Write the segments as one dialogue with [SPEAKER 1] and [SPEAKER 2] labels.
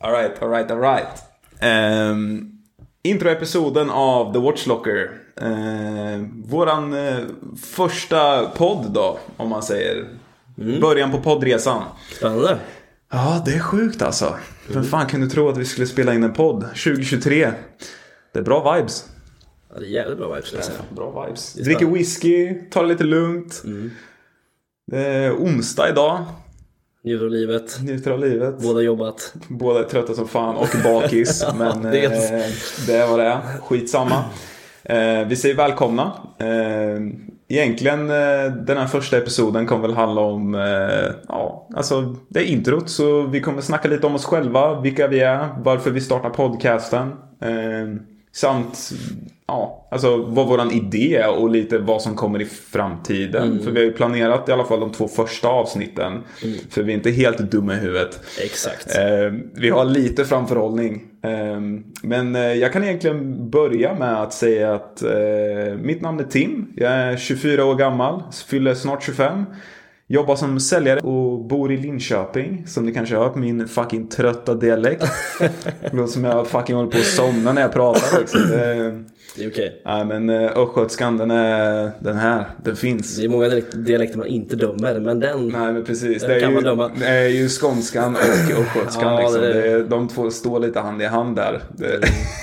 [SPEAKER 1] Alright, alright, alright. Um, Introepisoden av The Watchlocker. Eh, våran eh, första podd då, om man säger. Början på poddresan.
[SPEAKER 2] Spännande.
[SPEAKER 1] Ja, det är sjukt alltså. Vem fan kunde tro att vi skulle spela in en podd 2023? Det är bra vibes.
[SPEAKER 2] Ja, det är jävligt bra vibes. Liksom.
[SPEAKER 1] Bra vibes. Mm. Dricker whisky, tar det lite lugnt. Det är onsdag idag.
[SPEAKER 2] Njuter av livet.
[SPEAKER 1] Njuter av livet.
[SPEAKER 2] Båda jobbat.
[SPEAKER 1] Båda är trötta som fan och bakis. men
[SPEAKER 2] det
[SPEAKER 1] det,
[SPEAKER 2] är-
[SPEAKER 1] eh, det var det. Skitsamma. Eh, vi säger välkomna. Eh, egentligen eh, den här första episoden kommer väl handla om, eh, ja, alltså det är introt. Så vi kommer snacka lite om oss själva, vilka vi är, varför vi startar podcasten. Eh, samt, ja, alltså vad våran idé är och lite vad som kommer i framtiden.
[SPEAKER 2] Mm.
[SPEAKER 1] För vi har ju planerat i alla fall de två första avsnitten. För vi är inte helt dumma i huvudet.
[SPEAKER 2] Exakt.
[SPEAKER 1] Eh, vi har lite framförhållning. Eh, men eh, jag kan egentligen börja med att säga att eh, mitt namn är Tim. Jag är 24 år gammal, fyller snart 25. Jobbar som säljare och bor i Linköping. Som ni kanske har hört, min fucking trötta dialekt. Det Låter som jag fucking håller på att somna när jag pratar. Liksom. Eh,
[SPEAKER 2] Det är okej.
[SPEAKER 1] Nej men eh, östgötskan den är den här, den finns.
[SPEAKER 2] Det är många dialek- dialekter man inte dömer, men den...
[SPEAKER 1] Nej men precis.
[SPEAKER 2] Det
[SPEAKER 1] Det är,
[SPEAKER 2] kan
[SPEAKER 1] ju,
[SPEAKER 2] man döma.
[SPEAKER 1] det är ju skånskan och östgötskan
[SPEAKER 2] Äh, Ja,
[SPEAKER 1] liksom.
[SPEAKER 2] det Mm. är det.
[SPEAKER 1] Det är, de två står lite hand i hand där. Det...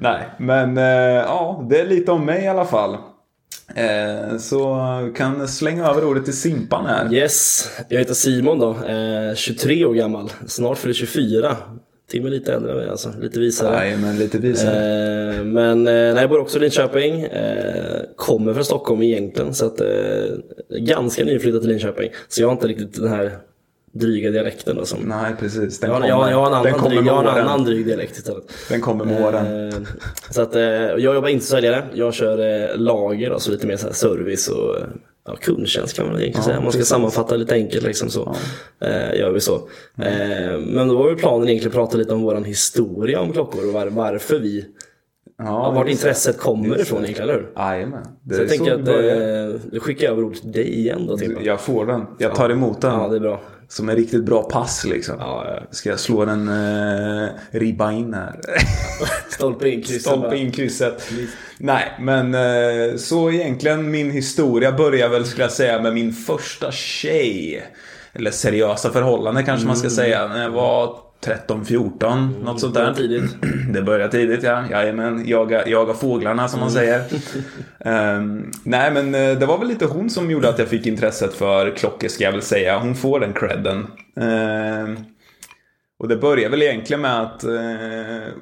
[SPEAKER 1] Nej men eh, ja, det är lite om mig i alla fall. Eh, Så kan slänga över ordet till Simpan här.
[SPEAKER 2] Yes, jag heter Simon då. Eh, 23 år gammal. Snart fyller 24. Tim är lite äldre än mig alltså. Lite visare.
[SPEAKER 1] Nej men lite visare.
[SPEAKER 2] Eh, men eh, nej, jag bor också i Linköping. Eh, kommer från Stockholm egentligen. Så att, eh, ganska nyflyttad till Linköping. Så jag har inte riktigt den här dryga dialekten. Då, som,
[SPEAKER 1] Nej precis, den
[SPEAKER 2] jag, har-
[SPEAKER 1] kommer,
[SPEAKER 2] jag, har- jag har en
[SPEAKER 1] den
[SPEAKER 2] annan,
[SPEAKER 1] kommer
[SPEAKER 2] dryg,
[SPEAKER 1] med
[SPEAKER 2] jag har en
[SPEAKER 1] åren.
[SPEAKER 2] annan dryg dialekt istället.
[SPEAKER 1] Den kommer med åren.
[SPEAKER 2] Eh, så att, eh, jag jobbar inte som säljare. Jag kör eh, lager, alltså lite mer så här service och eh, ja, kundtjänst kan man väl egentligen säga. Man ska sammanfatta lite enkelt. Liksom, så. Eh, gör vi så.
[SPEAKER 1] Mm.
[SPEAKER 2] Eh, men då var ju planen egentligen att prata lite om vår historia om klockor och var, varför vi Ja,
[SPEAKER 1] Ja,
[SPEAKER 2] vart intresset kommer ifrån egentligen, eller hur?
[SPEAKER 1] Jajamän. Det
[SPEAKER 2] Så
[SPEAKER 1] är
[SPEAKER 2] jag tänker
[SPEAKER 1] så vi
[SPEAKER 2] att
[SPEAKER 1] börjar.
[SPEAKER 2] eh, du skickar över ordet till dig igen då Tim.
[SPEAKER 1] Jag får den. Jag tar emot den.
[SPEAKER 2] Ja, det är bra.
[SPEAKER 1] Som en riktigt bra pass liksom.
[SPEAKER 2] Ja, ja.
[SPEAKER 1] Ska jag slå den eh, ribba in här?
[SPEAKER 2] Stolpe in, kryssa
[SPEAKER 1] Stolpe
[SPEAKER 2] bara.
[SPEAKER 1] in krysset. Nej, men eh, så egentligen min historia börjar väl skulle jag säga med min första tjej. Eller seriösa förhållande kanske man ska
[SPEAKER 2] Mm.
[SPEAKER 1] säga. När jag var 13-14, något sånt där.
[SPEAKER 2] började tidigt.
[SPEAKER 1] Det börjar tidigt ja. Jajamän, jaga, jaga fåglarna som man säger. Ehm, nej men eh, det var väl lite hon som gjorde att jag fick intresset för klockor ska jag väl säga. Hon får den credden. Ehm, och det börjar väl egentligen med att, eh,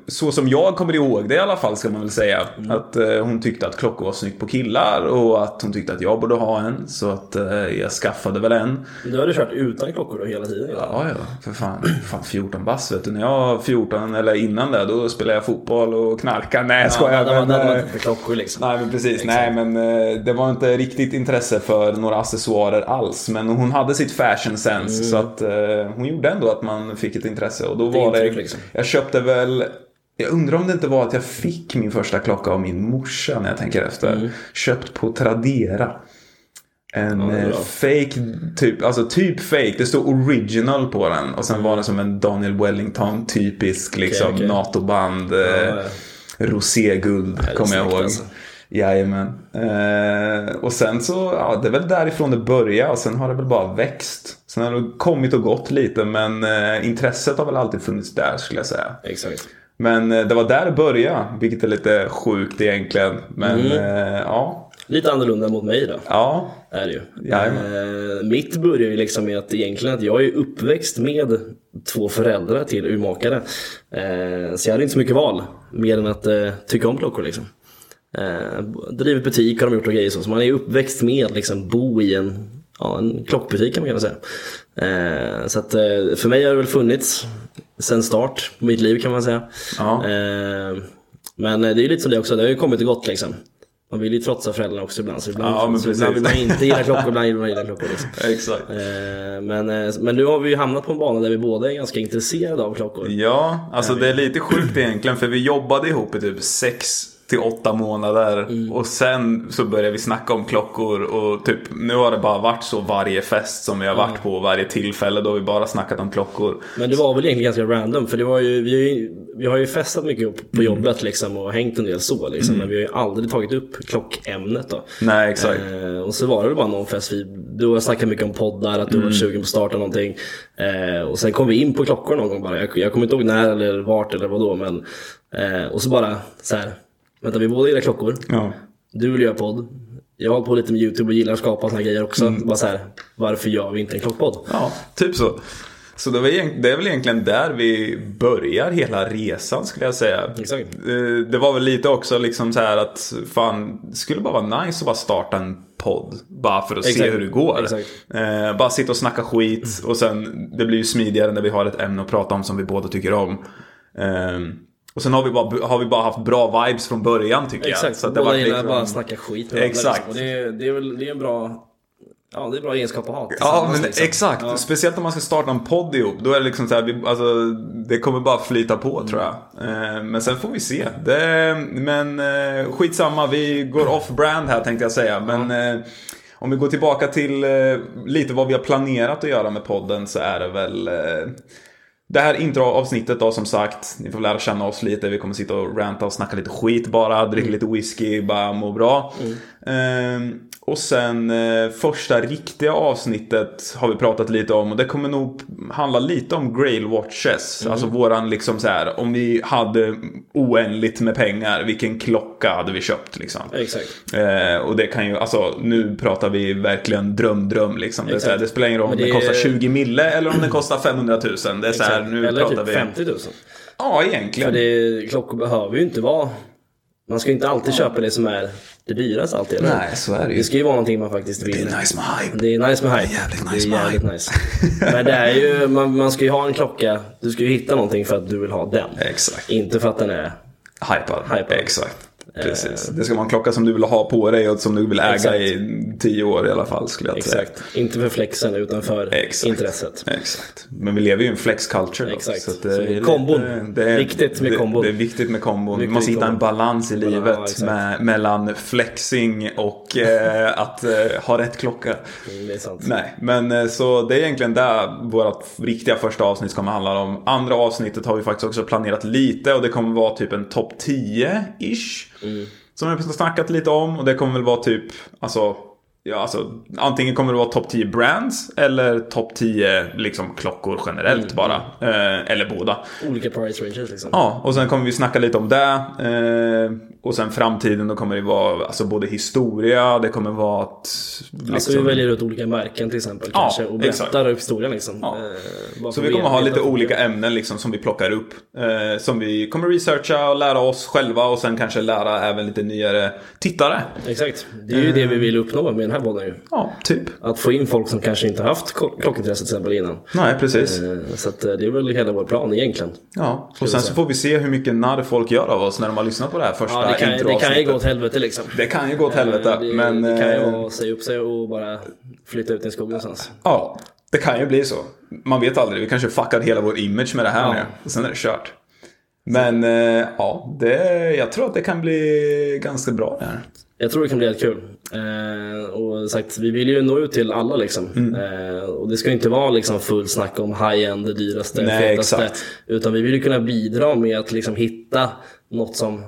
[SPEAKER 1] så som jag kommer ihåg det i alla fall ska man väl säga, att eh, hon tyckte att klockor var snyggt på killar och att hon tyckte att jag borde ha en. Så att eh, jag skaffade väl en.
[SPEAKER 2] Du hade kört utan klockor då hela tiden? Ja.
[SPEAKER 1] Ja, ja, för fan. fan 14 bass vet du. När jag var 14 eller innan det, då spelade jag fotboll och knarkade. Nej, jag skojar.
[SPEAKER 2] det var- det
[SPEAKER 1] men,
[SPEAKER 2] var
[SPEAKER 1] eh,
[SPEAKER 2] inte för klockor liksom.
[SPEAKER 1] Nej men precis, nej men eh, det var inte riktigt intresse för några accessoarer alls. Men hon hade sitt fashion
[SPEAKER 2] Mm.
[SPEAKER 1] sense så att eh, hon gjorde ändå att man fick ett intresse. Och då var det,
[SPEAKER 2] intryck, liksom.
[SPEAKER 1] jag köpte väl, jag undrar om det inte var att jag fick min första klocka av min morsa när jag tänker efter.
[SPEAKER 2] Mm.
[SPEAKER 1] Köpt på Tradera. En
[SPEAKER 2] det är
[SPEAKER 1] eh,
[SPEAKER 2] bra.
[SPEAKER 1] fake, typ, alltså typ fake. Det stod original på den. Och sen var det som en Daniel Wellington typisk liksom
[SPEAKER 2] Mm. okej.
[SPEAKER 1] NATO-band. eh,
[SPEAKER 2] Ja, ja.
[SPEAKER 1] Roséguld
[SPEAKER 2] är
[SPEAKER 1] kommer jag
[SPEAKER 2] snyggt,
[SPEAKER 1] ihåg.
[SPEAKER 2] alltså.
[SPEAKER 1] Jajamän. Eh, och sen så, ja det är väl därifrån det började och sen har det väl bara växt. Sen har det kommit och gått lite men eh, intresset har väl alltid funnits där skulle jag säga.
[SPEAKER 2] Exakt.
[SPEAKER 1] Men eh, det var där det började, vilket är lite sjukt egentligen. Men eh, ja,
[SPEAKER 2] Lite annorlunda mot mig då.
[SPEAKER 1] ja,
[SPEAKER 2] Är det ju.
[SPEAKER 1] Jajamän.
[SPEAKER 2] Eh, mitt börjar ju liksom med att egentligen att jag är uppväxt med två föräldrar till urmakare. Eh, så jag hade inte så mycket val mer än att eh, tycka om klockor liksom. Eh, drivit butik har de gjort och grejer så. Så man är ju uppväxt med att liksom bo i en, ja, en klockbutik kan man kunna säga. Eh, så att, eh, för mig har det väl funnits sen start på mitt liv kan man säga.
[SPEAKER 1] Ja.
[SPEAKER 2] Eh, men eh, det är ju lite som det också, det har ju kommit och gått liksom. Man vill ju trotsa föräldrarna också ibland. Så ibland
[SPEAKER 1] Ja, men
[SPEAKER 2] så ibland vill man
[SPEAKER 1] precis.
[SPEAKER 2] inte gilla klockor, ibland vill man gilla klockor. Liksom.
[SPEAKER 1] exakt.
[SPEAKER 2] Eh, Men, eh, men nu har vi ju hamnat på en bana där vi båda är ganska intresserade av klockor.
[SPEAKER 1] Ja, alltså det är lite sjukt egentligen för vi jobbade ihop i typ sex till åtta månader. Och sen så börjar vi snacka om klockor och typ nu har det bara varit så varje fest som vi har varit på, varje tillfälle då har vi bara snackat om klockor.
[SPEAKER 2] Men det var väl egentligen ganska random för det var ju, vi, har ju, vi har ju festat mycket ihop
[SPEAKER 1] Mm.
[SPEAKER 2] på jobbet liksom och hängt en del så liksom. Men vi har ju aldrig tagit upp klockämnet då.
[SPEAKER 1] Nej, Mm. exakt.
[SPEAKER 2] Eh, och så var det bara någon fest, vi, du har snackat mycket om poddar, att du var
[SPEAKER 1] Mm.
[SPEAKER 2] sugen på att starta någonting. Eh, och sen kom vi in på klockor någon gång bara. Jag, jag kommer inte ihåg när eller vart eller vad då men. Eh, och så bara så här. Vänta vi båda gillar klockor.
[SPEAKER 1] Ja.
[SPEAKER 2] Du vill göra podd. Jag har hållit på lite med YouTube och gillar att skapa såna här grejer också.
[SPEAKER 1] Mm.
[SPEAKER 2] Bara så här, varför gör vi inte en klockpodd?
[SPEAKER 1] Ja, typ så. Så det, var, egent- det är väl egentligen där vi börjar hela resan skulle jag säga.
[SPEAKER 2] Exakt.
[SPEAKER 1] Eh, Det var väl lite också liksom så här att fan, det skulle bara vara nice att bara starta en podd. Bara för att se
[SPEAKER 2] Exakt.
[SPEAKER 1] hur det går.
[SPEAKER 2] Exakt. Mm.
[SPEAKER 1] Eh, bara sitta och snacka skit och sen det blir ju smidigare när vi har ett ämne att prata om som vi båda tycker om. Eh, och sen har vi, bara, har vi bara haft bra vibes från början tycker jag.
[SPEAKER 2] Exakt,
[SPEAKER 1] Så att det
[SPEAKER 2] båda
[SPEAKER 1] har varit
[SPEAKER 2] gillar
[SPEAKER 1] liksom-
[SPEAKER 2] bara att snacka skit med varandra,
[SPEAKER 1] Exakt.
[SPEAKER 2] Liksom. Och det, är- det är väl det är en bra Ja, det är en bra egenskap att ha.
[SPEAKER 1] Ja,
[SPEAKER 2] tillsammans,
[SPEAKER 1] men
[SPEAKER 2] liksom.
[SPEAKER 1] exakt.
[SPEAKER 2] Ja.
[SPEAKER 1] Speciellt om man ska starta en podd ihop. Då är det liksom så här, vi, alltså, det kommer bara flyta på
[SPEAKER 2] Mm.
[SPEAKER 1] tror jag. Eh, men sen får vi se. Det, men eh, skitsamma, vi går off-brand här tänkte jag säga. Men eh, om vi går tillbaka till eh, lite vad vi har planerat att göra med podden så är det väl eh, det här introavsnittet då som sagt, ni får lära känna oss lite. Vi kommer sitta och ranta och snacka lite skit bara, dricka lite whisky, bara må bra. Ehm, och sen eh, första riktiga avsnittet har vi pratat lite om och det kommer nog handla lite om Grail Watches. Alltså våran liksom så här, om vi hade oändligt med pengar, vilken klocka hade vi köpt liksom?
[SPEAKER 2] Exakt.
[SPEAKER 1] Eh, och det kan ju, alltså nu pratar vi verkligen dröm-dröm liksom. Det, är så här,
[SPEAKER 2] Exakt.
[SPEAKER 1] det spelar ingen roll om
[SPEAKER 2] Men
[SPEAKER 1] det,
[SPEAKER 2] det är-
[SPEAKER 1] kostar 20 mille eller om det kostar 500 000. Det är så här,
[SPEAKER 2] Exakt.
[SPEAKER 1] nu
[SPEAKER 2] Eller
[SPEAKER 1] pratar
[SPEAKER 2] typ
[SPEAKER 1] vi...
[SPEAKER 2] 50 000.
[SPEAKER 1] Ja,
[SPEAKER 2] För
[SPEAKER 1] egentligen.
[SPEAKER 2] det, klockor behöver ju inte vara... Man ska ju inte alltid köpa det som är det dyraste alltid. eller?
[SPEAKER 1] så är
[SPEAKER 2] Det ska ju vara någonting man faktiskt vill.
[SPEAKER 1] Det är nice med hype.
[SPEAKER 2] Det är nice med hype.
[SPEAKER 1] Jävligt
[SPEAKER 2] Det är
[SPEAKER 1] nice med
[SPEAKER 2] jävligt nice. Men det är ju, man, man ska ju ha en klocka. Du ska ju hitta någonting för att du vill ha den.
[SPEAKER 1] Exakt.
[SPEAKER 2] Inte för att den är...
[SPEAKER 1] Hypad.
[SPEAKER 2] Hypad. Eh.
[SPEAKER 1] Exakt. Precis. Det ska vara en klocka som du vill ha på dig och som du vill äga
[SPEAKER 2] Exakt.
[SPEAKER 1] i 10 år i alla fall skulle jag säga.
[SPEAKER 2] Exakt. Inte för flexen utan för
[SPEAKER 1] Exakt.
[SPEAKER 2] intresset.
[SPEAKER 1] Exakt. Men vi lever ju i en flex culture. då,
[SPEAKER 2] Exakt.
[SPEAKER 1] Så att
[SPEAKER 2] Så
[SPEAKER 1] det är
[SPEAKER 2] kombon.
[SPEAKER 1] lite-
[SPEAKER 2] Viktigt med
[SPEAKER 1] det,
[SPEAKER 2] kombon.
[SPEAKER 1] Det är viktigt med kombon.
[SPEAKER 2] Viktigt
[SPEAKER 1] Man måste
[SPEAKER 2] med
[SPEAKER 1] hitta en
[SPEAKER 2] kombon.
[SPEAKER 1] balans i
[SPEAKER 2] Ja,
[SPEAKER 1] livet
[SPEAKER 2] exakt.
[SPEAKER 1] med, mellan flexing och eh, att eh, ha rätt klocka.
[SPEAKER 2] Mm, Det är sant.
[SPEAKER 1] Nej, men eh, så det är egentligen där vårt riktiga första avsnitt kommer handla om. Andra avsnittet har vi faktiskt också planerat lite och det kommer vara typ en topp 10-ish. Som vi har snackat lite om och det kommer väl vara typ, alltså, ja, alltså antingen kommer det vara topp 10 brands eller topp 10 liksom klockor generellt bara. Eh, eller båda.
[SPEAKER 2] Olika price ranges liksom.
[SPEAKER 1] Ja, och sen kommer vi snacka lite om det. Eh, och sen framtiden då kommer det vara alltså, både historia, det kommer vara att... liksom-
[SPEAKER 2] Alltså vi väljer ut olika märken till exempel kanske och berättar
[SPEAKER 1] exakt.
[SPEAKER 2] historien liksom.
[SPEAKER 1] Ja.
[SPEAKER 2] Eh, bara
[SPEAKER 1] Så
[SPEAKER 2] för
[SPEAKER 1] vi kommer
[SPEAKER 2] att
[SPEAKER 1] ha
[SPEAKER 2] veta
[SPEAKER 1] lite
[SPEAKER 2] att-
[SPEAKER 1] olika ämnen liksom som vi plockar upp. Eh, som vi kommer researcha och lära oss själva och sen kanske lära även lite nyare tittare.
[SPEAKER 2] Exakt. Det är ju
[SPEAKER 1] Eh.
[SPEAKER 2] det vi vill uppnå med den här podden ju.
[SPEAKER 1] Ja, typ.
[SPEAKER 2] Att få in folk som kanske inte haft ko- klockintresse till exempel innan.
[SPEAKER 1] Nej, precis.
[SPEAKER 2] Eh, Så att eh, det är väl hela vår plan egentligen.
[SPEAKER 1] Ja. Och sen så får vi se hur mycket narr folk gör av oss när de har lyssnat på det här första
[SPEAKER 2] Ja, det, kan, det kan ju
[SPEAKER 1] introavsnittet.
[SPEAKER 2] gå åt helvete liksom.
[SPEAKER 1] Det kan ju gå åt helvete.
[SPEAKER 2] Eh, det,
[SPEAKER 1] men,
[SPEAKER 2] det kan ju
[SPEAKER 1] eh,
[SPEAKER 2] vara att säga upp sig och bara flytta ut i en skog någonstans.
[SPEAKER 1] Ja, det kan ju bli så. Man vet aldrig, vi kanske fuckar hela vår image med det här nu. Och sen är det kört. Men eh, ja, det, jag tror att det kan bli ganska bra det här.
[SPEAKER 2] Jag tror det kan bli helt kul. Eh, och sagt, vi vill ju nå ut till alla liksom.
[SPEAKER 1] Mm.
[SPEAKER 2] Eh, och det ska ju inte vara liksom full snack om high-end, det dyraste,
[SPEAKER 1] Nej,
[SPEAKER 2] fetaste.
[SPEAKER 1] exakt.
[SPEAKER 2] Utan vi vill ju kunna bidra med att liksom hitta något som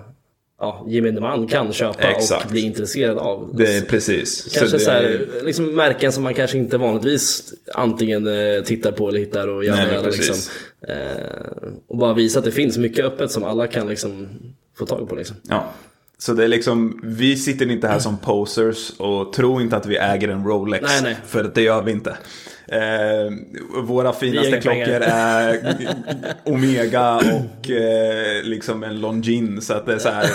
[SPEAKER 2] ja, gemene man kan köpa
[SPEAKER 1] Exakt.
[SPEAKER 2] och bli intresserad av.
[SPEAKER 1] Det är precis. Så
[SPEAKER 2] Kanske
[SPEAKER 1] det-
[SPEAKER 2] så här, liksom märken som man kanske inte vanligtvis antingen eh, tittar på eller hittar och gör
[SPEAKER 1] Nej,
[SPEAKER 2] Nej,
[SPEAKER 1] men precis.
[SPEAKER 2] liksom. eh, Och bara visa att det finns mycket öppet som alla kan liksom få tag på. Liksom.
[SPEAKER 1] Ja. Så det är liksom, vi sitter inte här som posers och tror inte att vi äger en Rolex.
[SPEAKER 2] Nej, nej.
[SPEAKER 1] För det gör vi inte. Eh, våra finaste
[SPEAKER 2] äger
[SPEAKER 1] klockor
[SPEAKER 2] pengar.
[SPEAKER 1] är Omega och eh, liksom en Longines. Så att det är så här,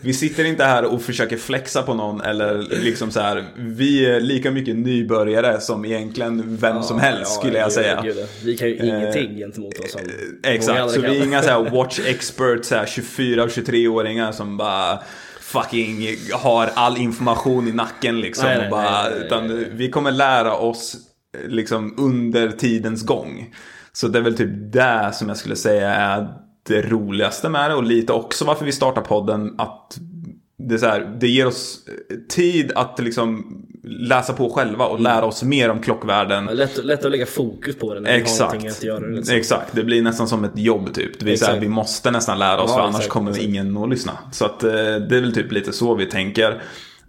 [SPEAKER 1] vi sitter inte här och försöker flexa på någon eller liksom så här. Vi är lika mycket nybörjare som egentligen vem som helst skulle jag
[SPEAKER 2] gud,
[SPEAKER 1] säga. Eh,
[SPEAKER 2] gud. Vi kan ju ingenting gentemot oss. som många
[SPEAKER 1] Exakt,
[SPEAKER 2] andra
[SPEAKER 1] så
[SPEAKER 2] kan.
[SPEAKER 1] vi är inga så här watch experts, så här 24 och 23-åringar som bara fucking har all information i nacken liksom.
[SPEAKER 2] Nej, nej,
[SPEAKER 1] och bara,
[SPEAKER 2] nej, nej,
[SPEAKER 1] utan vi kommer lära oss eh, liksom under tidens gång. Så det är väl typ det som jag skulle säga är det roligaste med det och lite också varför vi startar podden. Att det, är så här, det ger oss eh, tid att liksom läsa på själva
[SPEAKER 2] Mm.
[SPEAKER 1] och lära oss mer om klockvärlden.
[SPEAKER 2] Lätt, lätt att lägga fokus på det när vi har någonting att
[SPEAKER 1] Exakt.
[SPEAKER 2] göra. Liksom.
[SPEAKER 1] Exakt, det blir nästan som ett jobb typ. Det blir så här,
[SPEAKER 2] Exakt.
[SPEAKER 1] vi måste nästan lära oss
[SPEAKER 2] Ja,
[SPEAKER 1] för annars
[SPEAKER 2] exakt,
[SPEAKER 1] kommer
[SPEAKER 2] exakt.
[SPEAKER 1] ingen att lyssna. Så att, eh, det är väl typ lite så vi tänker.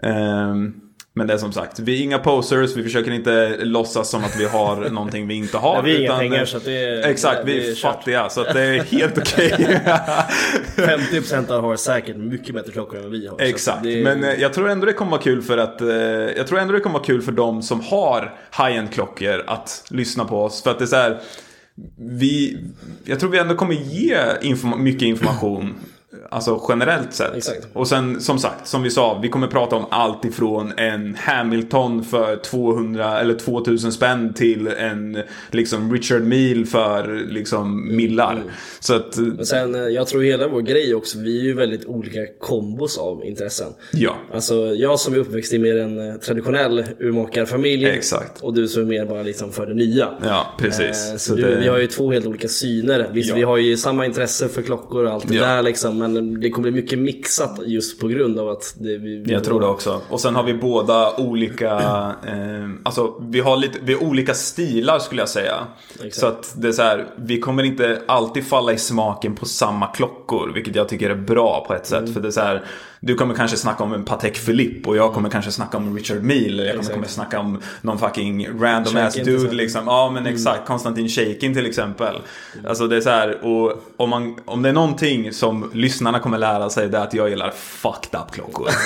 [SPEAKER 1] Ehm, men det är som sagt, vi är inga posers, vi försöker inte låtsas som att vi har någonting vi inte har.
[SPEAKER 2] Nej, vi har inga
[SPEAKER 1] utan,
[SPEAKER 2] pengar,
[SPEAKER 1] eh,
[SPEAKER 2] så att det är-
[SPEAKER 1] Exakt,
[SPEAKER 2] det-
[SPEAKER 1] vi
[SPEAKER 2] det
[SPEAKER 1] är
[SPEAKER 2] är kört.
[SPEAKER 1] fattiga så att det är helt okej.
[SPEAKER 2] 50% har säkert mycket bättre klockor än vad vi har. så
[SPEAKER 1] Exakt,
[SPEAKER 2] att det-
[SPEAKER 1] men eh, jag tror ändå det kommer vara kul för att eh, Jag tror ändå det kommer vara kul för de som har high-end klockor att lyssna på oss för att det är så här Vi Jag tror vi ändå kommer ge inform- mycket information Alltså generellt sett
[SPEAKER 2] Exakt.
[SPEAKER 1] Och sen som sagt, som vi sa, vi kommer prata om allt ifrån en Hamilton för 200 eller 2000 spänn till en liksom Richard Mille för liksom millar.
[SPEAKER 2] Mm.
[SPEAKER 1] Så att, eh,
[SPEAKER 2] Men sen, eh, jag tror hela vår grej också, vi är ju väldigt olika kombos av intressen.
[SPEAKER 1] ja.
[SPEAKER 2] Alltså jag som är uppväxt i mer en eh, traditionell urmakarfamilj
[SPEAKER 1] Exakt.
[SPEAKER 2] och du som är mer bara liksom för det nya.
[SPEAKER 1] Ja, precis.
[SPEAKER 2] Eh, Så,
[SPEAKER 1] Så
[SPEAKER 2] du,
[SPEAKER 1] det-
[SPEAKER 2] vi har ju två helt olika syner. Visst,
[SPEAKER 1] Ja.
[SPEAKER 2] vi har ju samma intresse för klockor och allt det
[SPEAKER 1] Ja.
[SPEAKER 2] där liksom, men det kommer bli mycket mixat just på grund av att det, vi, vi
[SPEAKER 1] Jag tror det också. Och sen har vi båda olika, eh, alltså vi har lite, vi har olika stilar skulle jag säga.
[SPEAKER 2] Exakt.
[SPEAKER 1] Så att det är så här, vi kommer inte alltid falla i smaken på samma klockor, vilket jag tycker är bra på ett sätt.
[SPEAKER 2] Mm.
[SPEAKER 1] För det är så här, du kommer kanske snacka om en Patek Philippe och jag kommer kanske snacka om Richard Mille. Jag kommer,
[SPEAKER 2] Exakt.
[SPEAKER 1] kommer snacka om någon fucking random ass
[SPEAKER 2] Shakin till
[SPEAKER 1] dude
[SPEAKER 2] exempel. Mm.
[SPEAKER 1] liksom. Ja men exakt, Konstantin Shakin till exempel. Alltså det är så här, och om, man, om det är någonting som lyssnarna kommer lära sig det är att jag gillar fucked up klockor.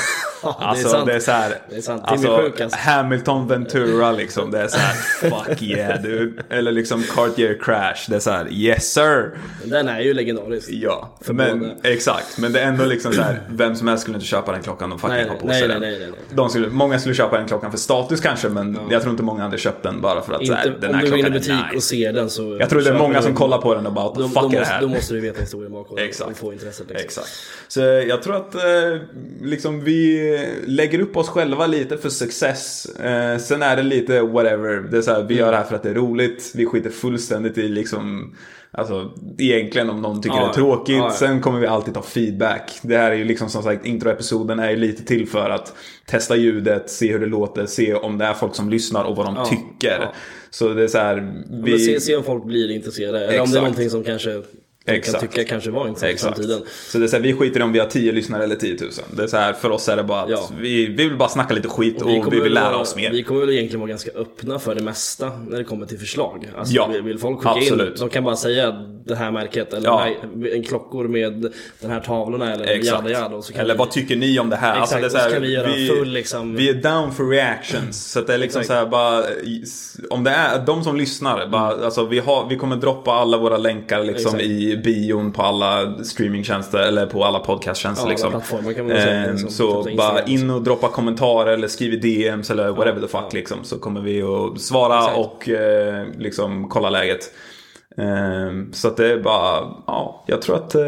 [SPEAKER 2] Ja, det är
[SPEAKER 1] Alltså
[SPEAKER 2] sant.
[SPEAKER 1] det är så här,
[SPEAKER 2] Det är sant. Tim är
[SPEAKER 1] Alltså,
[SPEAKER 2] sjuk, alltså.
[SPEAKER 1] Hamilton Ventura liksom, det är så här, fuck yeah du. Eller liksom Cartier Crash, det är så här, yes sir.
[SPEAKER 2] Den är ju legendarisk.
[SPEAKER 1] Ja,
[SPEAKER 2] För
[SPEAKER 1] men,
[SPEAKER 2] båda.
[SPEAKER 1] exakt. Men det är ändå liksom så här, vem som helst skulle inte köpa den klockan de fucking
[SPEAKER 2] Nej,
[SPEAKER 1] har på
[SPEAKER 2] nej,
[SPEAKER 1] sig
[SPEAKER 2] nej,
[SPEAKER 1] den.
[SPEAKER 2] nej, nej, nej.
[SPEAKER 1] De skulle, många skulle köpa den klockan för status kanske, men jag tror inte många hade köpt den bara för att så här,
[SPEAKER 2] Inte,
[SPEAKER 1] den
[SPEAKER 2] om
[SPEAKER 1] här
[SPEAKER 2] du går in i
[SPEAKER 1] klockan
[SPEAKER 2] butik
[SPEAKER 1] är
[SPEAKER 2] och
[SPEAKER 1] nice.
[SPEAKER 2] ser den så...
[SPEAKER 1] Jag tror det är
[SPEAKER 2] köper
[SPEAKER 1] många
[SPEAKER 2] du
[SPEAKER 1] som
[SPEAKER 2] den.
[SPEAKER 1] kollar på den och bara, what
[SPEAKER 2] Då,
[SPEAKER 1] the fuck
[SPEAKER 2] då,
[SPEAKER 1] är det
[SPEAKER 2] måste,
[SPEAKER 1] här?
[SPEAKER 2] då måste du veta historien bakom
[SPEAKER 1] Exakt.
[SPEAKER 2] och få intresset. Liksom.
[SPEAKER 1] Exakt. Så jag tror att eh, liksom vi lägger upp oss själva lite för success. Eh, sen är det lite whatever. Det är så här, vi gör det här för att det är roligt. Vi skiter fullständigt i liksom, alltså egentligen om någon tycker
[SPEAKER 2] Ja,
[SPEAKER 1] det är tråkigt.
[SPEAKER 2] ja, ja.
[SPEAKER 1] Sen kommer vi alltid ta feedback. Det här är ju liksom som sagt, introepisoden är ju lite till för att testa ljudet, se hur det låter, se om det är folk som lyssnar och vad de tycker.
[SPEAKER 2] ja.
[SPEAKER 1] Så det är så här, vi...
[SPEAKER 2] Men se, se om folk blir intresserade. Eller om det
[SPEAKER 1] Exakt.
[SPEAKER 2] är någonting som kanske de kan
[SPEAKER 1] Exakt.
[SPEAKER 2] tycka kanske var intressant i
[SPEAKER 1] Exakt.
[SPEAKER 2] framtiden.
[SPEAKER 1] Så det är så här, vi skiter i om vi har 10 lyssnare eller 10 000. Det är så här, för oss är det bara att
[SPEAKER 2] Ja.
[SPEAKER 1] vi, vi vill bara snacka lite skit och vi,
[SPEAKER 2] kommer
[SPEAKER 1] vill
[SPEAKER 2] väl
[SPEAKER 1] lära
[SPEAKER 2] vara-
[SPEAKER 1] oss mer.
[SPEAKER 2] Vi kommer väl egentligen vara ganska öppna för det mesta när det kommer till förslag. Alltså,
[SPEAKER 1] Ja,
[SPEAKER 2] vill- vill folk skicka
[SPEAKER 1] absolut.
[SPEAKER 2] in, de kan bara säga det här märket eller
[SPEAKER 1] Ja.
[SPEAKER 2] den här, en klockor med den här tavlorna eller
[SPEAKER 1] Exakt.
[SPEAKER 2] jada jada. och så kan
[SPEAKER 1] Eller
[SPEAKER 2] vi-
[SPEAKER 1] vad tycker ni om det här? Alltså,
[SPEAKER 2] Exakt,
[SPEAKER 1] det är
[SPEAKER 2] och så kan vi göra en full, liksom-
[SPEAKER 1] vi är down for reactions. Så att det är liksom så
[SPEAKER 2] Exakt.
[SPEAKER 1] här bara, om det är de som lyssnar, bara, alltså, vi, har, vi kommer droppa alla våra länkar liksom,
[SPEAKER 2] Mm. Exakt.
[SPEAKER 1] i bion på alla streamingtjänster eller på alla podcasttjänster.
[SPEAKER 2] Ja, alla
[SPEAKER 1] liksom.
[SPEAKER 2] plattformar kan man väl säga,
[SPEAKER 1] Ehm,
[SPEAKER 2] liksom,
[SPEAKER 1] så
[SPEAKER 2] typ Instagram
[SPEAKER 1] bara
[SPEAKER 2] och så.
[SPEAKER 1] in och droppa kommentarer eller skriv i DMs eller whatever the fuck liksom, så kommer vi att svara
[SPEAKER 2] Exakt.
[SPEAKER 1] och eh, liksom, kolla läget. Ehm, Så att det är bara, ja, jag tror att eh,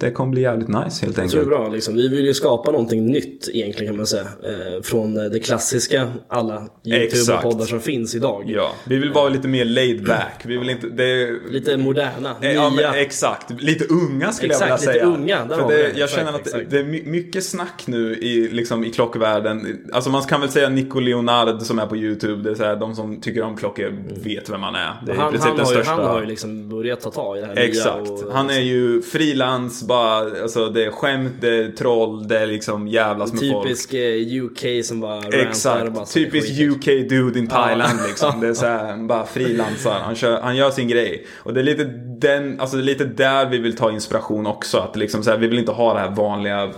[SPEAKER 1] det kommer bli jävligt nice helt
[SPEAKER 2] Så det är
[SPEAKER 1] enkelt.
[SPEAKER 2] bra, liksom. Vi vill ju skapa någonting nytt egentligen kan man säga. Eh, från eh, det klassiska alla
[SPEAKER 1] Exakt.
[SPEAKER 2] YouTube-poddar som finns idag.
[SPEAKER 1] Ja, vi vill vara lite mer laid back. Vi vill inte, det är,
[SPEAKER 2] Lite moderna, nya.
[SPEAKER 1] Eh, ja, men exakt, lite unga skulle jag
[SPEAKER 2] Exakt,
[SPEAKER 1] vilja
[SPEAKER 2] lite
[SPEAKER 1] säga.
[SPEAKER 2] unga, där
[SPEAKER 1] För
[SPEAKER 2] har vi
[SPEAKER 1] det,
[SPEAKER 2] det.
[SPEAKER 1] jag
[SPEAKER 2] Exakt,
[SPEAKER 1] känner att
[SPEAKER 2] exakt.
[SPEAKER 1] det är my- mycket snack nu i, liksom, i klockvärlden. Alltså man kan väl säga Nico Leonard som är på YouTube. Det är så här, de som tycker om klockor vet vem han är. Det är i
[SPEAKER 2] han,
[SPEAKER 1] princip
[SPEAKER 2] han,
[SPEAKER 1] den
[SPEAKER 2] har ju,
[SPEAKER 1] största.
[SPEAKER 2] han har ju liksom börjat ta tag i det här
[SPEAKER 1] Exakt.
[SPEAKER 2] nya. och- liksom-
[SPEAKER 1] Han är ju frilans, bara, alltså det är skämt, det är troll, det är liksom jävlas med folk.
[SPEAKER 2] Typisk eh, UK som bara rantar och bara
[SPEAKER 1] Exakt,
[SPEAKER 2] säger
[SPEAKER 1] typiskt
[SPEAKER 2] skit.
[SPEAKER 1] UK dude in Thailand liksom. Det är så här, han bara frilansar, han, kör- han gör sin grej. Och det är lite den, alltså det är lite där vi vill ta inspiration också. Att liksom så här, vi vill inte ha det här vanliga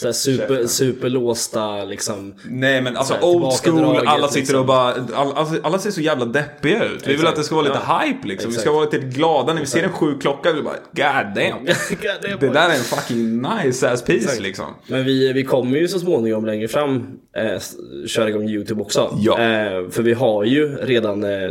[SPEAKER 2] Så här super, superlåsta liksom.
[SPEAKER 1] Nej men alltså
[SPEAKER 2] Så här,
[SPEAKER 1] old school,
[SPEAKER 2] tillbakadraget,
[SPEAKER 1] alla sitter
[SPEAKER 2] liksom.
[SPEAKER 1] och bara, alla, alltså, alla ser så jävla deppiga ut. Vi vill
[SPEAKER 2] Exakt.
[SPEAKER 1] att det ska vara lite
[SPEAKER 2] Ja.
[SPEAKER 1] hype liksom. Vi ska
[SPEAKER 2] Exakt.
[SPEAKER 1] vara lite glada när vi ser en sjuk klocka. Vi bara, god damn. Det där är en fucking nice ass piece liksom.
[SPEAKER 2] Men vi, vi kommer ju så småningom längre fram eh, s- köra igång Youtube också.
[SPEAKER 1] Ja.
[SPEAKER 2] Eh, för vi har ju redan eh,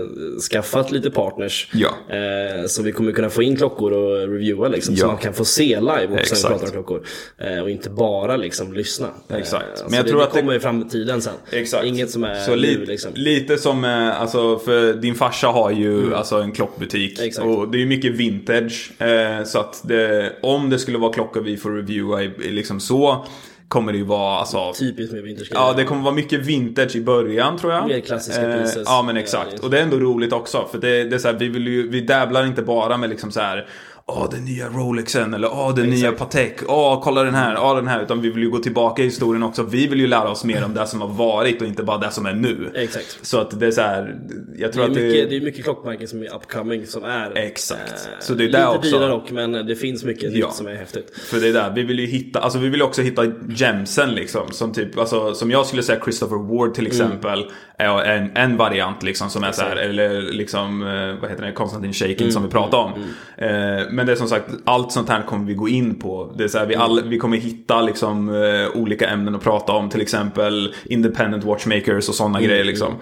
[SPEAKER 2] skaffat lite partners.
[SPEAKER 1] Ja.
[SPEAKER 2] Eh, så vi kommer kunna få in klockor och reviewa liksom.
[SPEAKER 1] Ja.
[SPEAKER 2] Så man kan få se live också
[SPEAKER 1] Exakt.
[SPEAKER 2] när vi pratar om klockor. Eh, och inte bara liksom lyssna.
[SPEAKER 1] Exakt.
[SPEAKER 2] Eh,
[SPEAKER 1] Men jag
[SPEAKER 2] det,
[SPEAKER 1] tror
[SPEAKER 2] det
[SPEAKER 1] att det-
[SPEAKER 2] kommer i framtiden sen.
[SPEAKER 1] Exakt.
[SPEAKER 2] Inget som är
[SPEAKER 1] så li-
[SPEAKER 2] nu liksom.
[SPEAKER 1] Lite som, eh, alltså, för din farsa har ju alltså, en klockbutik.
[SPEAKER 2] Mm. Exakt.
[SPEAKER 1] Och det är ju mycket vintage. Eh, så att det, om det skulle vara klockor vi får reviewa i, i liksom så. kommer det ju vara alltså,
[SPEAKER 2] Typiskt med vinterskrivare.
[SPEAKER 1] Ja, det kommer vara mycket vintage i början tror jag. Eh,
[SPEAKER 2] Mer klassiska pieces.
[SPEAKER 1] ja, men exakt. Och det är ändå roligt också. För det, det är så här, vi, vill ju, vi dabblar inte bara med liksom så här. Åh, den nya Rolexen eller åh, den nya Patek. Åh, kolla den här. Åh, den här. Utan vi vill ju gå tillbaka i historien också. Vi vill ju lära oss mer om det som har varit och inte bara det som är nu.
[SPEAKER 2] Exakt.
[SPEAKER 1] Så att det är så här. Jag
[SPEAKER 2] Det
[SPEAKER 1] tror
[SPEAKER 2] är,
[SPEAKER 1] att det...
[SPEAKER 2] mycket, det är mycket klockmärken som är upcoming som är
[SPEAKER 1] Exakt.
[SPEAKER 2] eh,
[SPEAKER 1] Så det är
[SPEAKER 2] lite
[SPEAKER 1] där också.
[SPEAKER 2] dyrare dock men det finns mycket
[SPEAKER 1] Ja.
[SPEAKER 2] nytt som är häftigt.
[SPEAKER 1] För det är där, vi vill ju hitta, alltså vi vill också hitta gemsen liksom. Som typ, alltså som jag skulle säga Christopher Ward till exempel. Är en, en variant liksom som är så här, eller liksom, eh, vad heter det, Konstantin Shakin som vi pratade om. Eh, Men det är som sagt, allt sånt här kommer vi gå in på. Det är så här, vi, all, vi kommer hitta liksom eh, olika ämnen att prata om. Till exempel independent watchmakers och sådana grejer liksom.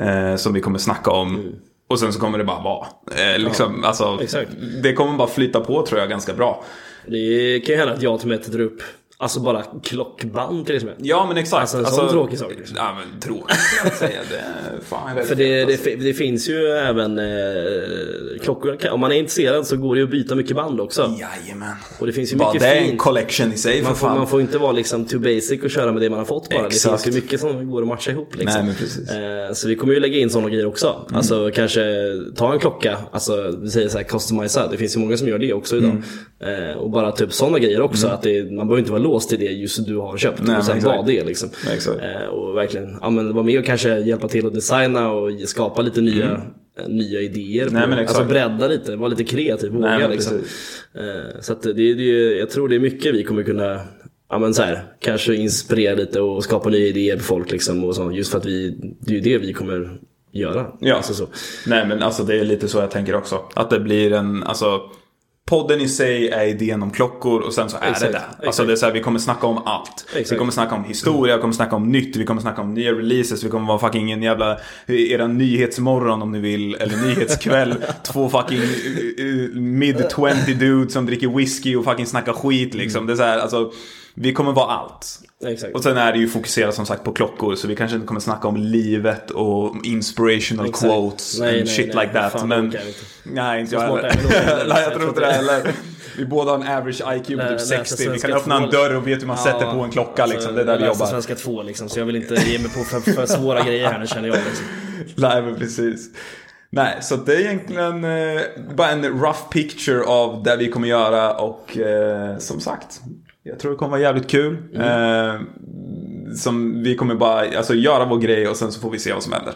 [SPEAKER 1] eh, Som vi kommer snacka om. Och sen så kommer det bara vara. Eh, liksom, alltså,
[SPEAKER 2] exakt.
[SPEAKER 1] Det kommer bara flyta på tror jag ganska bra.
[SPEAKER 2] Det kan ju hända att jag till och med drar upp alltså bara klockband till exempel.
[SPEAKER 1] Ja men exakt.
[SPEAKER 2] Alltså, en sån tråkig sak, liksom.
[SPEAKER 1] Ja men tråkigt kan jag säga. Det är fan
[SPEAKER 2] För det, det, fi- det finns ju även eh, klockor. Om man är intresserad så går det ju att byta mycket band också.
[SPEAKER 1] Jajamän.
[SPEAKER 2] Och det finns ju
[SPEAKER 1] Bara
[SPEAKER 2] mycket
[SPEAKER 1] det är en
[SPEAKER 2] fint.
[SPEAKER 1] collection i sig för
[SPEAKER 2] Man får,
[SPEAKER 1] fan.
[SPEAKER 2] man får inte vara liksom too basic och köra med det man har fått bara. Det
[SPEAKER 1] Exakt.
[SPEAKER 2] finns ju mycket som går att matcha ihop. Liksom.
[SPEAKER 1] Nej, men precis. Mm.
[SPEAKER 2] Eh, så vi kommer ju lägga in sådana grejer också. Alltså kanske ta en klocka, alltså vi säger så här customized. Det finns ju många som gör det också idag.
[SPEAKER 1] Mm.
[SPEAKER 2] Eh, och bara typ sådana grejer också. Att det, man behöver inte vara låst till det just du har köpt.
[SPEAKER 1] Nej,
[SPEAKER 2] och sen
[SPEAKER 1] men exakt.
[SPEAKER 2] vad det är liksom.
[SPEAKER 1] Exakt.
[SPEAKER 2] Eh, och verkligen ja, men vara med och kanske hjälpa till att designa och ge- skapa lite nya eh, Nya idéer, på
[SPEAKER 1] Mm. Nej,
[SPEAKER 2] det.
[SPEAKER 1] men exakt.
[SPEAKER 2] alltså bredda lite, vara lite kreativ, våga
[SPEAKER 1] Nej, men
[SPEAKER 2] liksom.
[SPEAKER 1] precis.
[SPEAKER 2] Eh, Så att det, det, är- jag tror det är mycket vi kommer kunna Ja men så här, kanske inspirera lite och skapa nya idéer för folk liksom och så, just för att vi, det är ju det vi kommer göra.
[SPEAKER 1] Ja.
[SPEAKER 2] Alltså så.
[SPEAKER 1] Nej men alltså det är lite så jag tänker också. Att det blir en, alltså. Podden i sig är idén om klockor och sen så är det
[SPEAKER 2] Exakt,
[SPEAKER 1] det. Alltså
[SPEAKER 2] exakt.
[SPEAKER 1] det är så här, vi kommer snacka om allt. Vi
[SPEAKER 2] Exakt.
[SPEAKER 1] kommer snacka om historia, vi kommer snacka om nytt, vi kommer snacka om nya releases, vi kommer vara fucking en jävla, era nyhetsmorgon om ni vill, eller nyhetskväll. Två fucking eh, mid-20 dudes som dricker whisky och fucking snackar skit liksom. Det är så här, alltså, vi kommer vara allt.
[SPEAKER 2] Exakt.
[SPEAKER 1] Och typ sen är det ju fokuserat som sagt på klockor så vi kanske inte kommer snacka om livet och inspirational
[SPEAKER 2] Exakt.
[SPEAKER 1] quotes
[SPEAKER 2] Nej,
[SPEAKER 1] and
[SPEAKER 2] nej,
[SPEAKER 1] shit
[SPEAKER 2] nej.
[SPEAKER 1] like that.
[SPEAKER 2] Fan,
[SPEAKER 1] men...
[SPEAKER 2] det orkar jag inte.
[SPEAKER 1] Nej, inte jag
[SPEAKER 2] smart
[SPEAKER 1] heller.
[SPEAKER 2] är vi nog inte heller.
[SPEAKER 1] nej, jag tror
[SPEAKER 2] Jag tror
[SPEAKER 1] inte
[SPEAKER 2] inte
[SPEAKER 1] det
[SPEAKER 2] det.
[SPEAKER 1] heller. Vi båda har en average IQ på
[SPEAKER 2] Läsa
[SPEAKER 1] typ 60. Vi kan
[SPEAKER 2] alltså, svenska
[SPEAKER 1] öppna en
[SPEAKER 2] två.
[SPEAKER 1] dörr och vet hur man sätter på en klocka liksom. Det är där vi
[SPEAKER 2] jag läste
[SPEAKER 1] jobbar.
[SPEAKER 2] svenska 2 liksom, så jag vill inte ge mig på för, för svåra grejer här nu känner jag. Liksom.
[SPEAKER 1] Nej, men precis. Nej, så det är egentligen eh, bara en rough picture av det vi kommer göra och eh, som sagt, jag tror det kommer vara jävligt kul.
[SPEAKER 2] Mm.
[SPEAKER 1] Eh, som vi kommer bara alltså, göra vår grej och sen så får vi se vad som händer.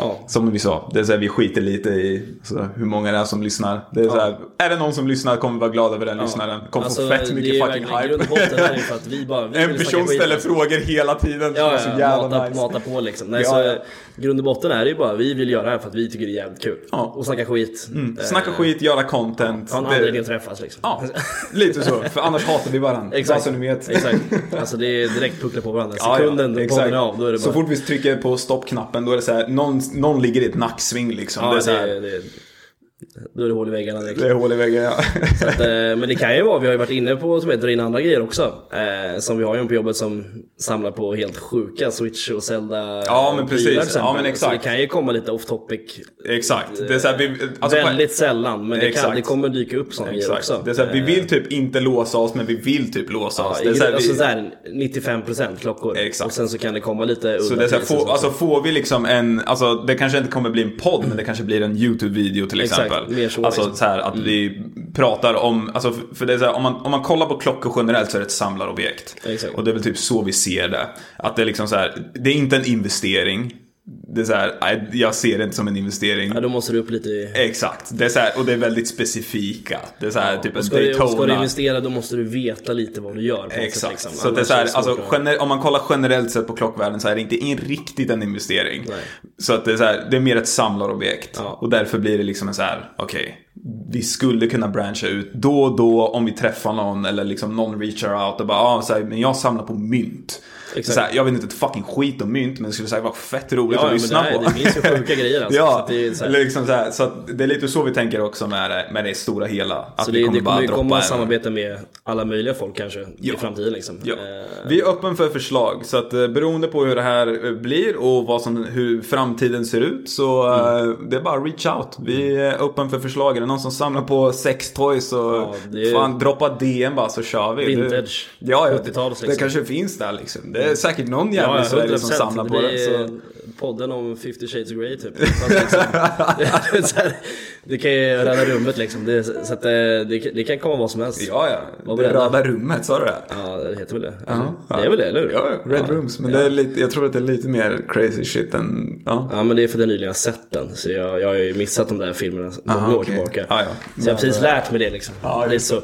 [SPEAKER 2] Ja.
[SPEAKER 1] Som vi sa, det är så här, vi skiter lite i så, hur många det är som lyssnar. Det är, så här, är det någon som lyssnar kommer vi vara glada över den lyssnaren. Kommer
[SPEAKER 2] Alltså,
[SPEAKER 1] få fett mycket fucking
[SPEAKER 2] Grundbotten här är
[SPEAKER 1] hype.
[SPEAKER 2] ju för att vi bara, vi
[SPEAKER 1] en
[SPEAKER 2] vill snacka
[SPEAKER 1] person
[SPEAKER 2] skit,
[SPEAKER 1] ställer
[SPEAKER 2] alltså.
[SPEAKER 1] frågor hela tiden. som är
[SPEAKER 2] Ja,
[SPEAKER 1] så
[SPEAKER 2] ja,
[SPEAKER 1] jävla
[SPEAKER 2] mata,
[SPEAKER 1] nice.
[SPEAKER 2] mata på liksom. Nej,
[SPEAKER 1] Ja,
[SPEAKER 2] så,
[SPEAKER 1] ja.
[SPEAKER 2] Grund och botten är det ju bara, vi vill göra det här för att vi tycker det är jävligt kul.
[SPEAKER 1] Ja. Mm.
[SPEAKER 2] Och snacka skit. Eh,
[SPEAKER 1] Snacka skit, göra content.
[SPEAKER 2] Ha en
[SPEAKER 1] Det-
[SPEAKER 2] anledning att träffas liksom.
[SPEAKER 1] Ja, lite så. För annars hatar vi varandra. Exakt.
[SPEAKER 2] Exakt.
[SPEAKER 1] Alltså, ni vet.
[SPEAKER 2] Exakt. Alltså det är direkt puckla på varandra.
[SPEAKER 1] Ja, ja,
[SPEAKER 2] Sekunden ja,
[SPEAKER 1] exakt.
[SPEAKER 2] podden är av, då är det bara...
[SPEAKER 1] Så fort vi trycker på stoppknappen då är det så här, någon, någon ligger i ett nacksving liksom.
[SPEAKER 2] ja,
[SPEAKER 1] det, är så här,
[SPEAKER 2] det, det, då är det hål i väggarna direkt.
[SPEAKER 1] det är hål i väggen ja.
[SPEAKER 2] Så att, eh, men det kan ju vara, vi har ju varit inne på att dra in andra grejer också. Eh, som vi har ju en på jobbet som samlar på helt sjuka Switch och Zelda
[SPEAKER 1] Ja, men
[SPEAKER 2] eh,
[SPEAKER 1] precis.
[SPEAKER 2] prylar till exempel.
[SPEAKER 1] Ja, men exakt.
[SPEAKER 2] Så det kan ju komma lite off topic.
[SPEAKER 1] Exakt. Det är så här, vi, alltså,
[SPEAKER 2] Väldigt sällan, men det,
[SPEAKER 1] Exakt.
[SPEAKER 2] kan, det kommer dyka upp sådana grejer också.
[SPEAKER 1] Exakt. Det är så här, vi
[SPEAKER 2] Eh,
[SPEAKER 1] vill typ inte låsa oss men vi vill typ låsa
[SPEAKER 2] Ja,
[SPEAKER 1] oss. Det är så här,
[SPEAKER 2] alltså
[SPEAKER 1] vi,
[SPEAKER 2] så här, 95% klockor.
[SPEAKER 1] Exakt.
[SPEAKER 2] Och sen så kan det komma lite
[SPEAKER 1] så det är så här, får, alltså, får vi liksom en, alltså det kanske inte kommer bli en podd men det kanske blir en YouTube-video till
[SPEAKER 2] Exakt,
[SPEAKER 1] exempel.
[SPEAKER 2] mer så,
[SPEAKER 1] alltså
[SPEAKER 2] liksom. Mm.
[SPEAKER 1] så här att vi pratar om, alltså för- för det är så här, om man, om man kollar på klockor generellt så är det ett samlarobjekt.
[SPEAKER 2] Exakt.
[SPEAKER 1] Och det är väl typ så vi ser det. Att det är liksom så här, det är inte en investering. Det är så här, nej, jag ser det inte som en investering.
[SPEAKER 2] Ja, då måste du upp lite i...
[SPEAKER 1] Exakt, det är så här, och det är väldigt specifika. Det är så här, typ en
[SPEAKER 2] Och ska, du, och
[SPEAKER 1] Daytona.
[SPEAKER 2] ska du investera då måste du veta lite vad du gör. På något Sätt,
[SPEAKER 1] Exakt.
[SPEAKER 2] liksom.
[SPEAKER 1] Så att det är
[SPEAKER 2] Annars
[SPEAKER 1] så här,
[SPEAKER 2] svårt
[SPEAKER 1] alltså,
[SPEAKER 2] att-
[SPEAKER 1] gener- om man kollar generellt sett på klockvärlden så är det inte in riktigt en investering.
[SPEAKER 2] Nej.
[SPEAKER 1] Så att det är, så här, det är mer ett samlarobjekt.
[SPEAKER 2] Ja.
[SPEAKER 1] Och därför blir det liksom en så här, okej. vi skulle kunna branscha ut då och då om vi träffar någon eller liksom någon reachar out och bara, ah, så här, men jag samlar på mynt. Så här, jag vet inte ett fucking skit om mynt, men det skulle säkert vara fett roligt
[SPEAKER 2] Ja,
[SPEAKER 1] att
[SPEAKER 2] men
[SPEAKER 1] lyssna
[SPEAKER 2] det,
[SPEAKER 1] på.
[SPEAKER 2] det finns ju sjuka grejer alltså. så
[SPEAKER 1] Ja,
[SPEAKER 2] att det är så här-
[SPEAKER 1] eller liksom så, här, så att det är lite så vi tänker också med det, med det stora hela. Att
[SPEAKER 2] Så
[SPEAKER 1] vi
[SPEAKER 2] det,
[SPEAKER 1] kommer
[SPEAKER 2] det
[SPEAKER 1] bara
[SPEAKER 2] kommer ju
[SPEAKER 1] droppa
[SPEAKER 2] komma
[SPEAKER 1] en-
[SPEAKER 2] samarbete med alla möjliga folk kanske
[SPEAKER 1] Ja.
[SPEAKER 2] i framtiden. Liksom.
[SPEAKER 1] Ja.
[SPEAKER 2] Eh,
[SPEAKER 1] Vi är öppen för förslag, så att eh, beroende på hur det här eh, blir och vad som, hur framtiden ser ut så eh,
[SPEAKER 2] Mm.
[SPEAKER 1] det är bara reach out. Vi är öppen för förslag. Är det någon som samlar på sextoys så
[SPEAKER 2] Ja, det är-
[SPEAKER 1] fan droppa DM bara så kör vi.
[SPEAKER 2] Vintage.
[SPEAKER 1] Det, ja, ja,
[SPEAKER 2] 70-tals,
[SPEAKER 1] det, det
[SPEAKER 2] liksom.
[SPEAKER 1] kanske finns där liksom. Det är säkert någon jävel
[SPEAKER 2] ja,
[SPEAKER 1] som,
[SPEAKER 2] 100%.
[SPEAKER 1] som samlar på det.
[SPEAKER 2] blir
[SPEAKER 1] Så.
[SPEAKER 2] Podden om 50 shades of grey typ. Fast liksom, det, är så här, det kan ju röra rummet liksom. Det, så att, eh, det, kan- det kan komma vad som helst.
[SPEAKER 1] Ja, ja.
[SPEAKER 2] Var
[SPEAKER 1] Det
[SPEAKER 2] beredda.
[SPEAKER 1] röda rummet, sa du det?
[SPEAKER 2] Ja, det heter väl det?
[SPEAKER 1] Ja.
[SPEAKER 2] Det är väl det, eller hur?
[SPEAKER 1] Ja, ja. Red Rooms. Men det är lite, jag tror att det är lite mer crazy shit än... Ja.
[SPEAKER 2] Ja men det är för att jag nyligen har sett den. Så jag, jag har ju missat de där filmerna många
[SPEAKER 1] Aha,
[SPEAKER 2] år
[SPEAKER 1] okej.
[SPEAKER 2] tillbaka.
[SPEAKER 1] Ja, ja.
[SPEAKER 2] Så jag har precis lärt mig det liksom.
[SPEAKER 1] Ja,
[SPEAKER 2] det är
[SPEAKER 1] just
[SPEAKER 2] så. Eh,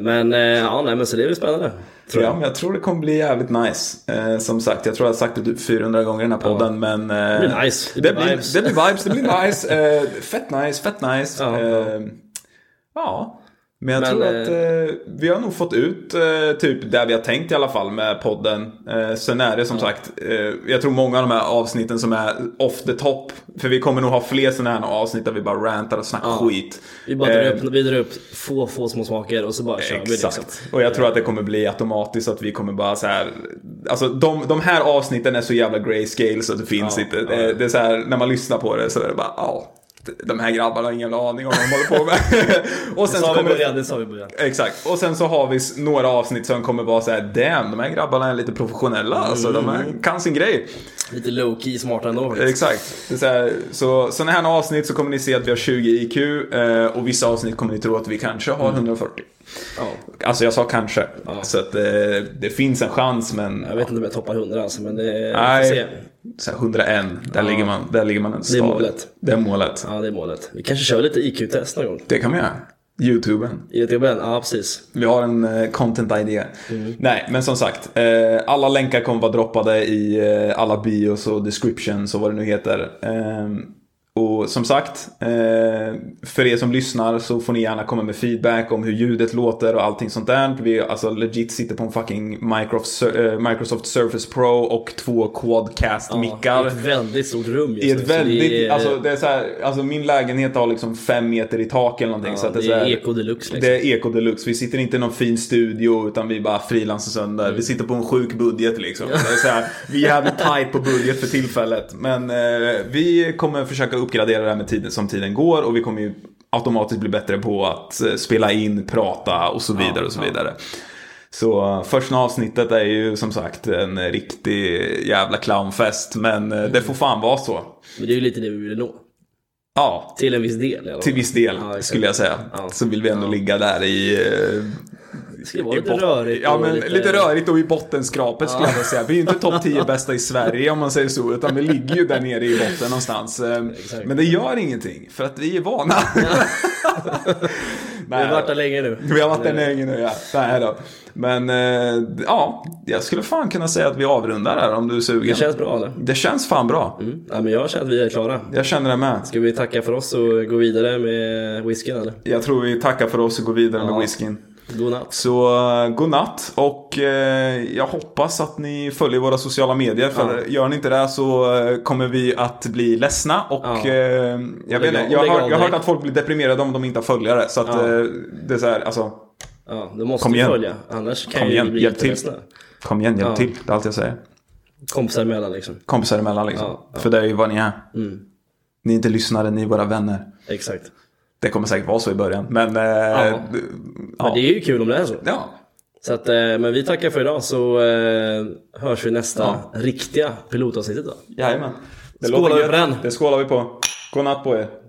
[SPEAKER 2] Men eh, ja, nej, men så det är väl spännande. Tror
[SPEAKER 1] Ja,
[SPEAKER 2] jag.
[SPEAKER 1] men jag tror det kommer bli jävligt nice. Eh, som sagt, jag tror jag har sagt det typ 400 gånger i den här podden. Men, eh,
[SPEAKER 2] Det blir nice.
[SPEAKER 1] Det, blir vibes. det blir vibes, det blir nice. Eh, fett nice, fett nice.
[SPEAKER 2] Ja.
[SPEAKER 1] eh, ja. Men jag
[SPEAKER 2] Men,
[SPEAKER 1] tror att eh, vi har nog fått ut eh, typ där vi har tänkt i alla fall med podden. Eh, sen är det som sagt, eh, jag tror många av de här avsnitten som är off the top. För vi kommer nog ha fler sådana här avsnitt där vi bara rantar och snackar skit.
[SPEAKER 2] Vi bara drar
[SPEAKER 1] Eh,
[SPEAKER 2] upp, vi drar upp få, få små smaker och så bara kör vi liksom.
[SPEAKER 1] Exakt. Och jag tror att det kommer bli automatiskt att vi kommer bara så här. Alltså de, de här avsnitten är så jävla grayscale så att det finns
[SPEAKER 2] Ja,
[SPEAKER 1] inte. Det, det är så här när man lyssnar på det så är det bara ja. De här grabbarna har ingen aning om vad de håller på med. och
[SPEAKER 2] Det
[SPEAKER 1] sen så
[SPEAKER 2] sa vi i
[SPEAKER 1] kommer det,
[SPEAKER 2] början, det sa vi i början.
[SPEAKER 1] Exakt. Och sen så har vi s- några avsnitt som kommer vara så här damn, de här grabbarna är lite professionella. Alltså de här
[SPEAKER 2] Mm.
[SPEAKER 1] kan sin grej.
[SPEAKER 2] Lite low key smarta ändå. faktiskt.
[SPEAKER 1] Exakt. Det är så här, så sådana här avsnitt så kommer ni se att vi har 20 IQ eh, och vissa avsnitt kommer ni tro att vi kanske
[SPEAKER 2] Mm.
[SPEAKER 1] har 140.
[SPEAKER 2] Ja.
[SPEAKER 1] Alltså jag sa kanske. Så att eh, det finns en chans men...
[SPEAKER 2] Jag vet inte om jag toppar 100 alltså men det vi får se.
[SPEAKER 1] Nej. Så här, 101. Där, ligger man, där ligger man en
[SPEAKER 2] är
[SPEAKER 1] stav.
[SPEAKER 2] målet.
[SPEAKER 1] Det är målet.
[SPEAKER 2] Ja det är målet. Vi kanske kör lite IQ-test någon gång.
[SPEAKER 1] Det kan man göra. Youtuben.
[SPEAKER 2] I ett ja precis.
[SPEAKER 1] Vi har en eh, content idé.
[SPEAKER 2] Mm.
[SPEAKER 1] Nej, men som sagt. Eh, alla länkar kommer vara droppade i eh, alla bios och descriptions och vad det nu heter. Ehm, och som sagt, eh, för er som lyssnar så får ni gärna komma med feedback om hur ljudet låter och allting sånt där. Vi alltså legit sitter på en fucking Microsoft, eh, Microsoft Surface Pro och två
[SPEAKER 2] I
[SPEAKER 1] Quadcast-mickar.
[SPEAKER 2] ett väldigt stort rum just
[SPEAKER 1] I
[SPEAKER 2] nu,
[SPEAKER 1] ett
[SPEAKER 2] så
[SPEAKER 1] väldigt,
[SPEAKER 2] det är,
[SPEAKER 1] alltså det är så här, alltså min lägenhet har liksom fem meter i tak eller någonting.
[SPEAKER 2] ja,
[SPEAKER 1] så att det är,
[SPEAKER 2] det
[SPEAKER 1] så
[SPEAKER 2] är
[SPEAKER 1] här,
[SPEAKER 2] eko deluxe liksom.
[SPEAKER 1] det är eko deluxe. Vi sitter inte i någon fin studio utan vi bara frilansar sönder.
[SPEAKER 2] Mm.
[SPEAKER 1] Vi sitter på en sjuk budget liksom. Det är så här, vi är jävligt tight på budget för tillfället. Men eh, vi kommer försöka uppgradera det här med tiden som tiden går och vi kommer ju automatiskt bli bättre på att eh, spela in, prata och så vidare och så vidare. Så eh, första avsnittet är ju som sagt en riktig jävla clownfest. Men eh, det får fan vara så.
[SPEAKER 2] Men det är ju lite det vi vill nå.
[SPEAKER 1] Ja,
[SPEAKER 2] Till en viss del i alla
[SPEAKER 1] till
[SPEAKER 2] fall.
[SPEAKER 1] viss del
[SPEAKER 2] Ja, exakt.
[SPEAKER 1] skulle jag säga.
[SPEAKER 2] Ja.
[SPEAKER 1] Så vill vi ändå ligga där i eh,
[SPEAKER 2] Det ska vara
[SPEAKER 1] i
[SPEAKER 2] lite
[SPEAKER 1] bot-
[SPEAKER 2] rörigt.
[SPEAKER 1] Ja,
[SPEAKER 2] och
[SPEAKER 1] men lite... rörigt och i bottenskrapet skulle jag vilja säga. Vi är ju inte topp 10 bästa i Sverige om man säger så, utan vi ligger ju där nere i botten någonstans. Eh,
[SPEAKER 2] Exakt.
[SPEAKER 1] Men det gör ingenting, för att vi är vana.
[SPEAKER 2] Vi
[SPEAKER 1] Nej,
[SPEAKER 2] har varit där länge nu.
[SPEAKER 1] vi har varit där länge nu, ja. Nej då. Men eh, ja, jag skulle fan kunna säga att vi avrundar här om du är sugen.
[SPEAKER 2] Det känns bra eller?
[SPEAKER 1] Det känns fan bra.
[SPEAKER 2] Mm. Ja, men jag känner att vi är klara.
[SPEAKER 1] Jag känner det med.
[SPEAKER 2] Ska vi tacka för oss och gå vidare med whiskyn eller?
[SPEAKER 1] Jag tror vi tackar för oss och går vidare med whiskyn.
[SPEAKER 2] Godnatt.
[SPEAKER 1] Så eh, god natt och eh, jag hoppas att ni följer våra sociala medier för gör ni inte det så eh, kommer vi att bli ledsna och
[SPEAKER 2] Ja.
[SPEAKER 1] eh, jag, vet,
[SPEAKER 2] av-
[SPEAKER 1] inte, jag,
[SPEAKER 2] lägg
[SPEAKER 1] har, jag har
[SPEAKER 2] av
[SPEAKER 1] hört
[SPEAKER 2] direkt.
[SPEAKER 1] att folk blir deprimerade om de inte har följare så att eh, det är så här, alltså
[SPEAKER 2] Ja, du måste
[SPEAKER 1] Kom igen.
[SPEAKER 2] följa. Annars kan
[SPEAKER 1] kom
[SPEAKER 2] ju
[SPEAKER 1] igen,
[SPEAKER 2] bli
[SPEAKER 1] hjälp till.
[SPEAKER 2] jätteledsna.
[SPEAKER 1] Kom igen, hjälp
[SPEAKER 2] Ja.
[SPEAKER 1] till, det är allt jag säger.
[SPEAKER 2] Kompisar emellan liksom.
[SPEAKER 1] Kompisar emellan liksom.
[SPEAKER 2] Ja,
[SPEAKER 1] För det är ju vad ni är. Ni är inte lyssnare, ni är våra vänner.
[SPEAKER 2] Exakt.
[SPEAKER 1] Det kommer säkert vara så i början men... Eh, ja.
[SPEAKER 2] Men det är ju kul om det är så.
[SPEAKER 1] ja.
[SPEAKER 2] så att, eh, men vi tackar för idag så eh, hörs vi nästa
[SPEAKER 1] Ja.
[SPEAKER 2] riktiga pilotavsnittet då.
[SPEAKER 1] Jajamän. Det
[SPEAKER 2] Skålar
[SPEAKER 1] låter
[SPEAKER 2] vi
[SPEAKER 1] gött.
[SPEAKER 2] på den.
[SPEAKER 1] Det skålar vi på. God natt på er.